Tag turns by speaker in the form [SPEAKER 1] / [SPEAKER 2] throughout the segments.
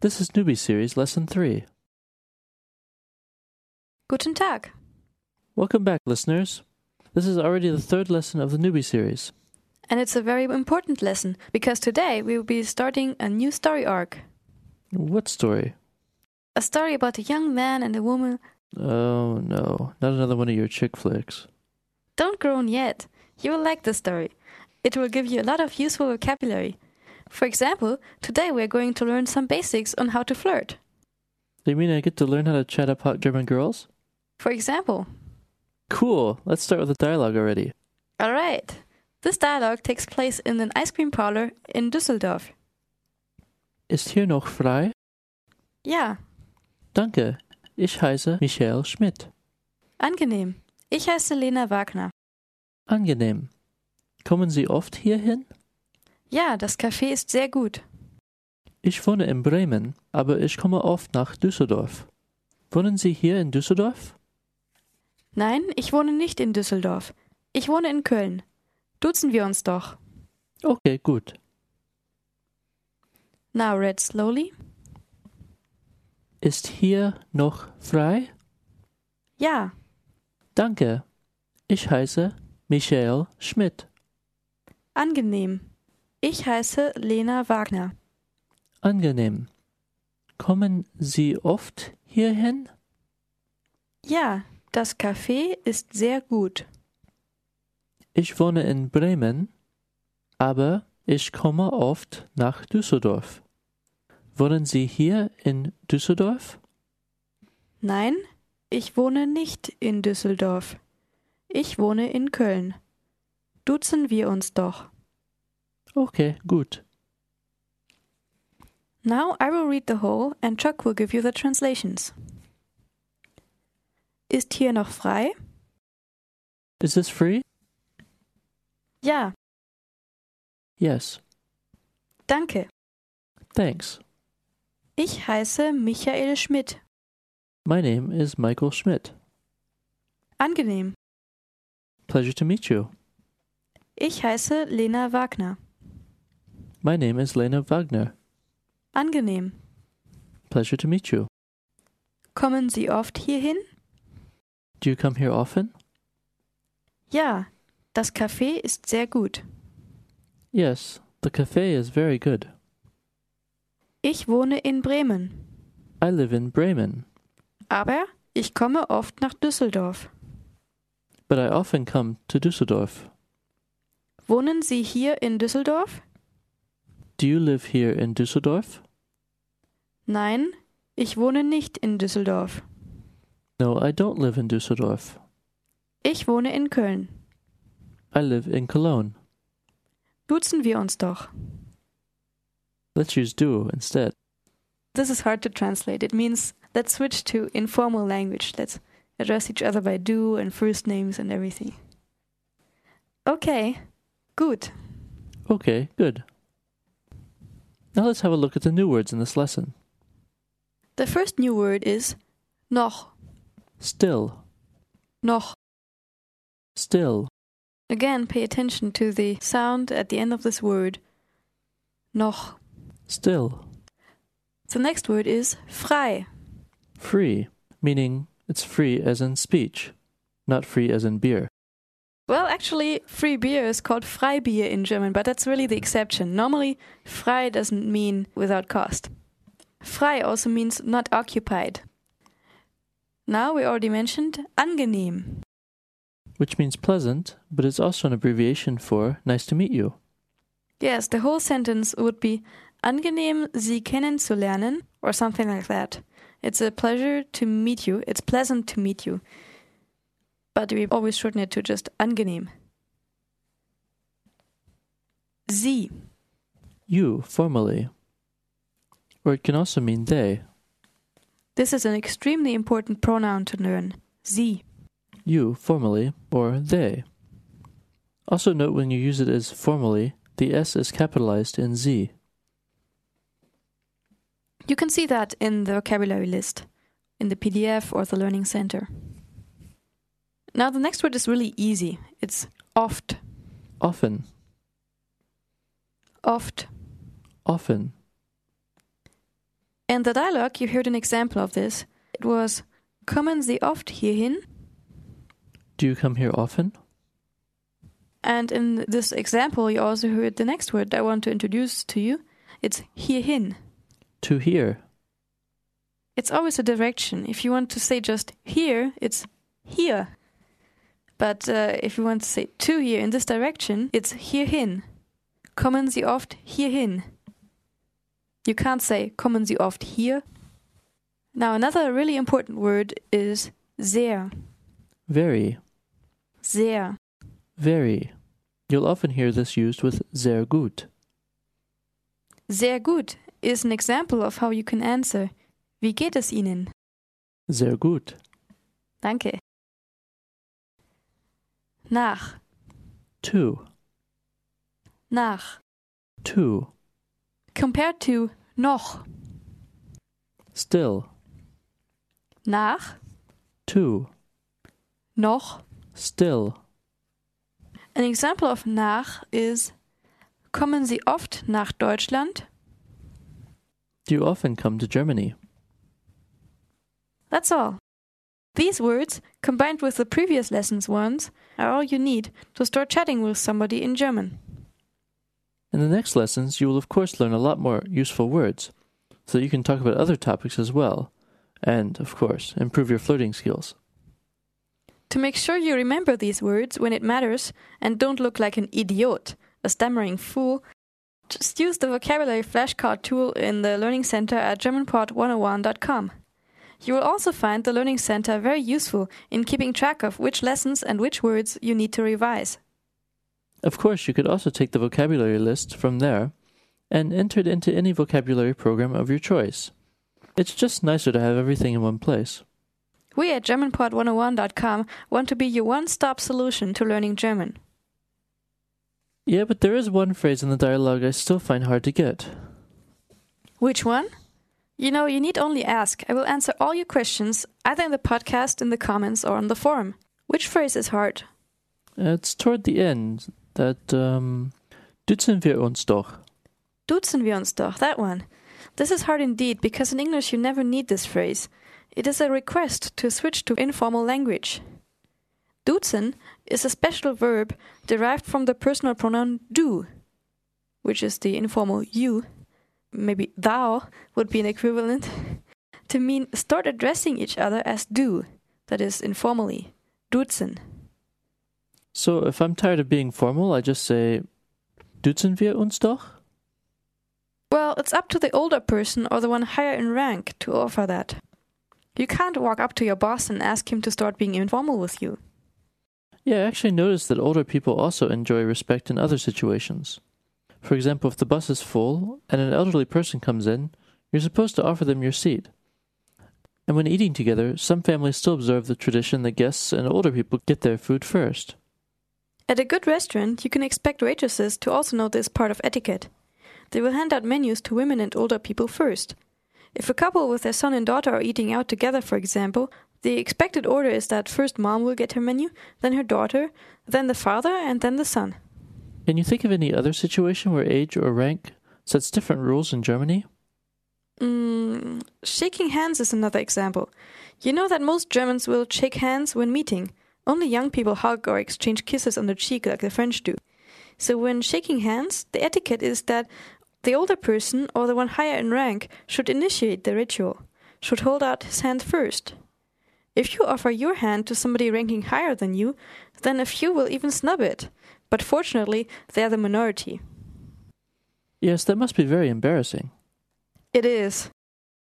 [SPEAKER 1] This is Newbie Series Lesson 3.
[SPEAKER 2] Guten Tag.
[SPEAKER 1] Welcome back, listeners. This is already the third lesson of the Newbie Series.
[SPEAKER 2] And it's a very important lesson because today we will be starting a new story arc.
[SPEAKER 1] What story?
[SPEAKER 2] A story about a young man and a woman.
[SPEAKER 1] Oh no, not another one of your chick flicks.
[SPEAKER 2] Don't groan yet. You will like this story. It will give you a lot of useful vocabulary. For example, today we are going to learn some basics on how to flirt.
[SPEAKER 1] Do you mean I get to learn how to chat up hot German girls?
[SPEAKER 2] For example,
[SPEAKER 1] Cool, let's start with the dialogue already.
[SPEAKER 2] all right. This dialogue takes place in an ice cream parlor in Düsseldorf.
[SPEAKER 1] Ist hier noch frei?
[SPEAKER 2] Ja,
[SPEAKER 1] Danke, ich heiße Michael Schmidt.
[SPEAKER 2] angenehm. Ich heiße Lena Wagner.
[SPEAKER 1] Angenehm. Kommen Sie oft hierhin?
[SPEAKER 2] Ja, das Café ist sehr gut.
[SPEAKER 1] Ich wohne in Bremen, aber ich komme oft nach Düsseldorf. Wohnen Sie hier in Düsseldorf?
[SPEAKER 2] Nein, ich wohne nicht in Düsseldorf. Ich wohne in Köln. Duzen wir uns doch.
[SPEAKER 1] Okay, gut.
[SPEAKER 2] Now read slowly.
[SPEAKER 1] Ist hier noch frei?
[SPEAKER 2] Ja,
[SPEAKER 1] Danke. Ich heiße Michael Schmidt.
[SPEAKER 2] angenehm. Ich heiße Lena Wagner.
[SPEAKER 1] Angenehm. Kommen Sie oft hierhin?
[SPEAKER 2] Ja, das Café ist sehr gut.
[SPEAKER 1] Ich wohne in Bremen, aber ich komme oft nach Düsseldorf. Wohnen Sie hier in Düsseldorf?
[SPEAKER 2] Nein, ich wohne nicht in Düsseldorf. Ich wohne in Köln. Duzen wir uns doch.
[SPEAKER 1] Okay, gut.
[SPEAKER 2] Now I will read the whole and Chuck will give you the translations. Ist hier noch frei?
[SPEAKER 1] Is this free?
[SPEAKER 2] Ja,
[SPEAKER 1] Yes.
[SPEAKER 2] danke.
[SPEAKER 1] Thanks.
[SPEAKER 2] Ich heiße Michael Schmidt.
[SPEAKER 1] My name is Michael Schmidt.
[SPEAKER 2] Angenehm.
[SPEAKER 1] Pleasure to meet you.
[SPEAKER 2] Ich heiße Lena Wagner.
[SPEAKER 1] My name is Lena Wagner.
[SPEAKER 2] Angenehm.
[SPEAKER 1] Pleasure to meet you.
[SPEAKER 2] Kommen Sie oft hierhin?
[SPEAKER 1] Do you come here often?
[SPEAKER 2] Ja, das Café ist sehr gut.
[SPEAKER 1] Yes. The cafe is very good.
[SPEAKER 2] Ich wohne in Bremen,
[SPEAKER 1] I live in Bremen,
[SPEAKER 2] aber ich komme oft nach Düsseldorf.
[SPEAKER 1] but I often come to Düsseldorf.
[SPEAKER 2] Wohnen Sie hier in Düsseldorf?
[SPEAKER 1] Do you live here in Düsseldorf?
[SPEAKER 2] Nein, ich wohne nicht in Düsseldorf.
[SPEAKER 1] No, I don't live in Düsseldorf.
[SPEAKER 2] Ich wohne in Köln.
[SPEAKER 1] I live in Cologne.
[SPEAKER 2] Duzen wir uns doch.
[SPEAKER 1] Let's use du instead.
[SPEAKER 2] This is hard to translate. It means let's switch to informal language. Let's address each other by du and first names and everything. Okay, gut.
[SPEAKER 1] Okay, good. Now let's have a look at the new words in this lesson.
[SPEAKER 2] The first new word is noch,
[SPEAKER 1] Still,
[SPEAKER 2] noch.
[SPEAKER 1] still,
[SPEAKER 2] Again, pay attention to the sound at the end of this word. Noch.
[SPEAKER 1] still.
[SPEAKER 2] The next word is frei.
[SPEAKER 1] Free, meaning it's free as in speech, not free as in beer.
[SPEAKER 2] Well, actually, free beer is called Freibier in German, but that's really the exception. Normally, frei doesn't mean without cost. Frei also means not occupied. Now we already mentioned angenehm.
[SPEAKER 1] which means pleasant, but it's also an abbreviation for nice to meet you.
[SPEAKER 2] Yes, the whole sentence would be angenehm, Sie kennenzulernen, or something like that. It's a pleasure to meet you. It's pleasant to meet you. But we always shorten it to just angenehm. Sie.
[SPEAKER 1] You, formally. Or it can also mean they.
[SPEAKER 2] This is an extremely important pronoun to learn. Sie.
[SPEAKER 1] You, formally, or they. Also note when you use it as formally, the S is capitalized in Z.
[SPEAKER 2] You can see that in the vocabulary list, in the PDF or the Learning Center. Now, the next word is really easy. It's oft.
[SPEAKER 1] Often,
[SPEAKER 2] Oft.
[SPEAKER 1] often.
[SPEAKER 2] In the dialogue, you heard an example of this. It was, kommen Sie oft hierhin?
[SPEAKER 1] Do you come here often?
[SPEAKER 2] And in this example, you also heard the next word I want to introduce to you. It's hierhin.
[SPEAKER 1] To here.
[SPEAKER 2] It's always a direction. If you want to say just here, it's here. But uh, if you want to say to here in this direction, it's hierhin. Kommen Sie oft hierhin. You can't say kommen Sie oft hier. Now, another really important word is sehr.
[SPEAKER 1] Very.
[SPEAKER 2] Sehr.
[SPEAKER 1] Very. You'll often hear this used with sehr gut.
[SPEAKER 2] Sehr gut is an example of how you can answer. Wie geht es Ihnen?
[SPEAKER 1] Sehr gut.
[SPEAKER 2] Danke. Nach,
[SPEAKER 1] To.
[SPEAKER 2] nach.
[SPEAKER 1] To.
[SPEAKER 2] Compared to noch.
[SPEAKER 1] Still.
[SPEAKER 2] Nach,
[SPEAKER 1] To.
[SPEAKER 2] noch.
[SPEAKER 1] Still.
[SPEAKER 2] An example of nach is Kommen Sie oft nach Deutschland?
[SPEAKER 1] Do you often come to Germany?
[SPEAKER 2] That's all. These words, combined with the previous lessons ones, are all you need to start chatting with somebody in German.
[SPEAKER 1] In the next lessons, you will of course learn a lot more useful words, so that you can talk about other topics as well, and, of course, improve your flirting skills.
[SPEAKER 2] To make sure you remember these words when it matters and don't look like an idiot, a stammering fool, just use the vocabulary flashcard tool in the Learning Center at GermanPod101.com. You will also find the Learning Center very useful in keeping track of which lessons and which words you need to revise.
[SPEAKER 1] Of course, you could also take the vocabulary list from there and enter it into any vocabulary program of your choice. It's just nicer to have everything in one place.
[SPEAKER 2] We at GermanPod101.com want to be your one stop solution to learning German.
[SPEAKER 1] Yeah, but there is one phrase in the dialogue I still find hard to get.
[SPEAKER 2] Which one? You know, you need only ask. I will answer all your questions, either in the podcast, in the comments, or on the forum. Which phrase is hard?
[SPEAKER 1] It's toward the end that, um, duzen wir uns doch.
[SPEAKER 2] Duzen wir uns doch, that one. This is hard indeed, because in English you never need this phrase. It is a request to switch to informal language. Duzen is a special verb derived from the personal pronoun du, which is the informal you, maybe thou would be an equivalent, to mean start addressing each other as du, that is informally, duzen.
[SPEAKER 1] So if I'm tired of being formal, I just say, duzen wir uns doch?
[SPEAKER 2] Well, it's up to the older person or the one higher in rank to offer that. You can't walk up to your boss and ask him to start being informal with you.
[SPEAKER 1] Yeah, I actually noticed that older people also enjoy respect in other situations. For example, if the bus is full and an elderly person comes in, you're supposed to offer them your seat. And when eating together, some families still observe the tradition that guests and older people get their food first.
[SPEAKER 2] At a good restaurant, you can expect waitresses to also know this part of etiquette. They will hand out menus to women and older people first. If a couple with their son and daughter are eating out together, for example, the expected order is that first mom will get her menu, then her daughter, then the father, and then the son.
[SPEAKER 1] Can you think of any other situation where age or rank sets different rules in Germany?
[SPEAKER 2] Mm, shaking hands is another example. You know that most Germans will shake hands when meeting. Only young people hug or exchange kisses on the cheek like the French do. So when shaking hands, the etiquette is that the older person or the one higher in rank should initiate the ritual, should hold out his hand first. If you offer your hand to somebody ranking higher than you, then a few will even snub it. But fortunately, they are the minority.
[SPEAKER 1] Yes, that must be very embarrassing.
[SPEAKER 2] It is.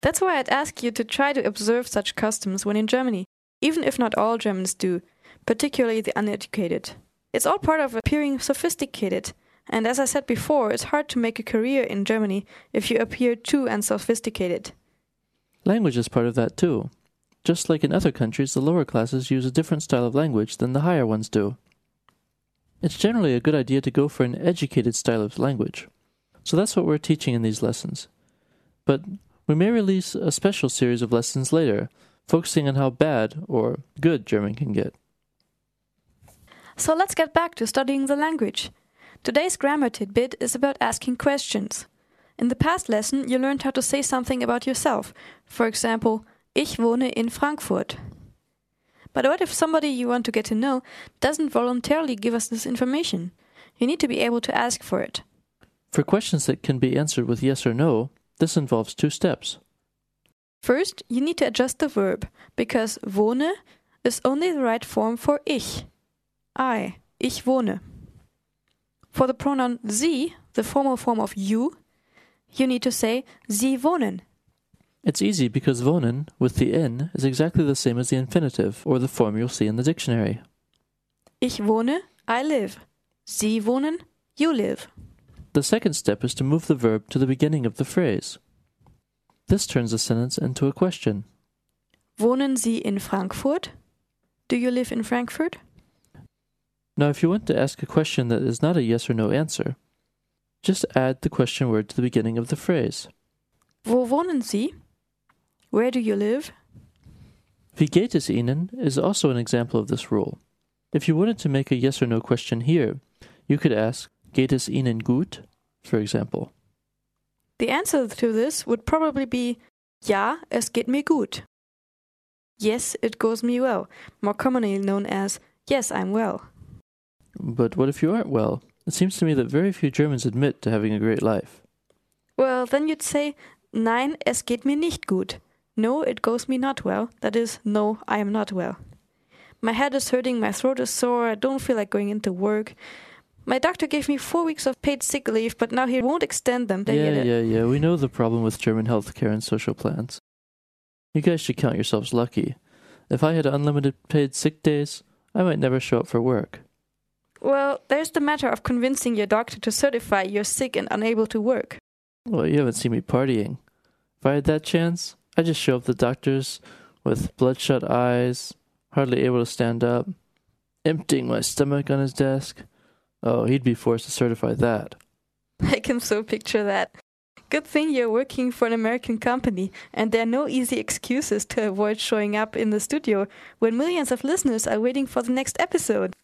[SPEAKER 2] That's why I'd ask you to try to observe such customs when in Germany, even if not all Germans do, particularly the uneducated. It's all part of appearing sophisticated, and as I said before, it's hard to make a career in Germany if you appear too unsophisticated.
[SPEAKER 1] Language is part of that too. Just like in other countries, the lower classes use a different style of language than the higher ones do. It's generally a good idea to go for an educated style of language. So that's what we're teaching in these lessons. But we may release a special series of lessons later, focusing on how bad or good German can get.
[SPEAKER 2] So let's get back to studying the language. Today's grammar tidbit is about asking questions. In the past lesson, you learned how to say something about yourself. For example, Ich wohne in Frankfurt. But what if somebody you want to get to know doesn't voluntarily give us this information? You need to be able to ask for it.
[SPEAKER 1] For questions that can be answered with yes or no, this involves two steps.
[SPEAKER 2] First, you need to adjust the verb because wohne is only the right form for ich. I, ich wohne. For the pronoun sie, the formal form of you, you need to say sie wohnen.
[SPEAKER 1] It's easy because wohnen with the n is exactly the same as the infinitive or the form you'll see in the dictionary.
[SPEAKER 2] Ich wohne, I live. Sie wohnen, you live.
[SPEAKER 1] The second step is to move the verb to the beginning of the phrase. This turns the sentence into a question.
[SPEAKER 2] Wohnen Sie in Frankfurt? Do you live in Frankfurt?
[SPEAKER 1] Now, if you want to ask a question that is not a yes or no answer, just add the question word to the beginning of the phrase.
[SPEAKER 2] Wo wohnen Sie? Where do you live?
[SPEAKER 1] Wie geht es Ihnen is also an example of this rule. If you wanted to make a yes or no question here, you could ask, Geht es Ihnen gut? for example.
[SPEAKER 2] The answer to this would probably be Ja, es geht mir gut. Yes, it goes me well, more commonly known as Yes, I'm well.
[SPEAKER 1] But what if you aren't well? It seems to me that very few Germans admit to having a great life.
[SPEAKER 2] Well, then you'd say Nein, es geht mir nicht gut. No, it goes me not well. That is, no, I am not well. My head is hurting, my throat is sore, I don't feel like going into work. My doctor gave me four weeks of paid sick leave, but now he won't extend them. They get
[SPEAKER 1] yeah,
[SPEAKER 2] it.
[SPEAKER 1] yeah, yeah. We know the problem with German healthcare and social plans. You guys should count yourselves lucky. If I had unlimited paid sick days, I might never show up for work.
[SPEAKER 2] Well, there's the matter of convincing your doctor to certify you're sick and unable to work.
[SPEAKER 1] Well, you haven't seen me partying. If I had that chance, I'd just show up the doctors with bloodshot eyes, hardly able to stand up, emptying my stomach on his desk. Oh, he'd be forced to certify that.
[SPEAKER 2] I can so picture that. Good thing you're working for an American company, and there are no easy excuses to avoid showing up in the studio when millions of listeners are waiting for the next episode.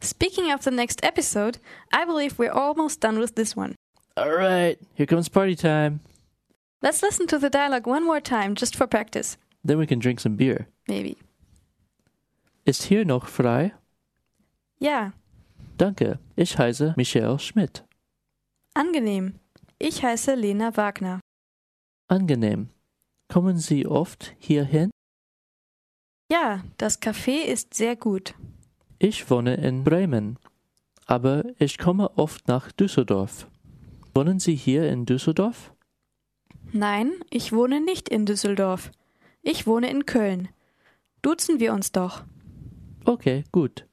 [SPEAKER 2] Speaking of the next episode, I believe we're almost done with this one.
[SPEAKER 1] All right, here comes party time.
[SPEAKER 2] Let's listen to the dialogue one more time just for practice,
[SPEAKER 1] Then we can drink some beer.
[SPEAKER 2] maybe.
[SPEAKER 1] Ist hier noch frei?
[SPEAKER 2] Ja,
[SPEAKER 1] Danke, ich heiße Michael Schmidt.
[SPEAKER 2] angenehm. Ich heiße Lena Wagner.
[SPEAKER 1] Angenehm. Kommen Sie oft hierhin?
[SPEAKER 2] Ja, das Café ist sehr gut.
[SPEAKER 1] Ich wohne in Bremen, aber ich komme oft nach Düsseldorf. Wohnen Sie hier in Düsseldorf?
[SPEAKER 2] Nein, ich wohne nicht in Düsseldorf. Ich wohne in Köln. Duzen wir uns doch.
[SPEAKER 1] Okay, gut.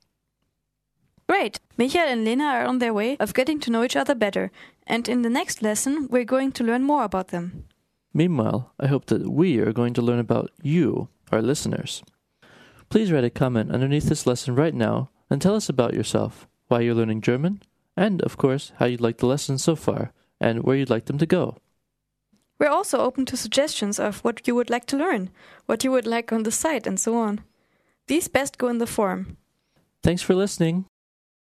[SPEAKER 2] Great! Michael and Lena are on their way of getting to know each other better, and in the next lesson, we're going to learn more about them.
[SPEAKER 1] Meanwhile, I hope that we are going to learn about you, our listeners. Please write a comment underneath this lesson right now and tell us about yourself, why you're learning German, and, of course, how you'd like the lessons so far and where you'd like them to go.
[SPEAKER 2] We're also open to suggestions of what you would like to learn, what you would like on the site, and so on. These best go in the form.
[SPEAKER 1] Thanks for listening.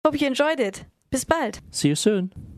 [SPEAKER 2] Hope you enjoyed it. Bis bald!
[SPEAKER 1] See you soon.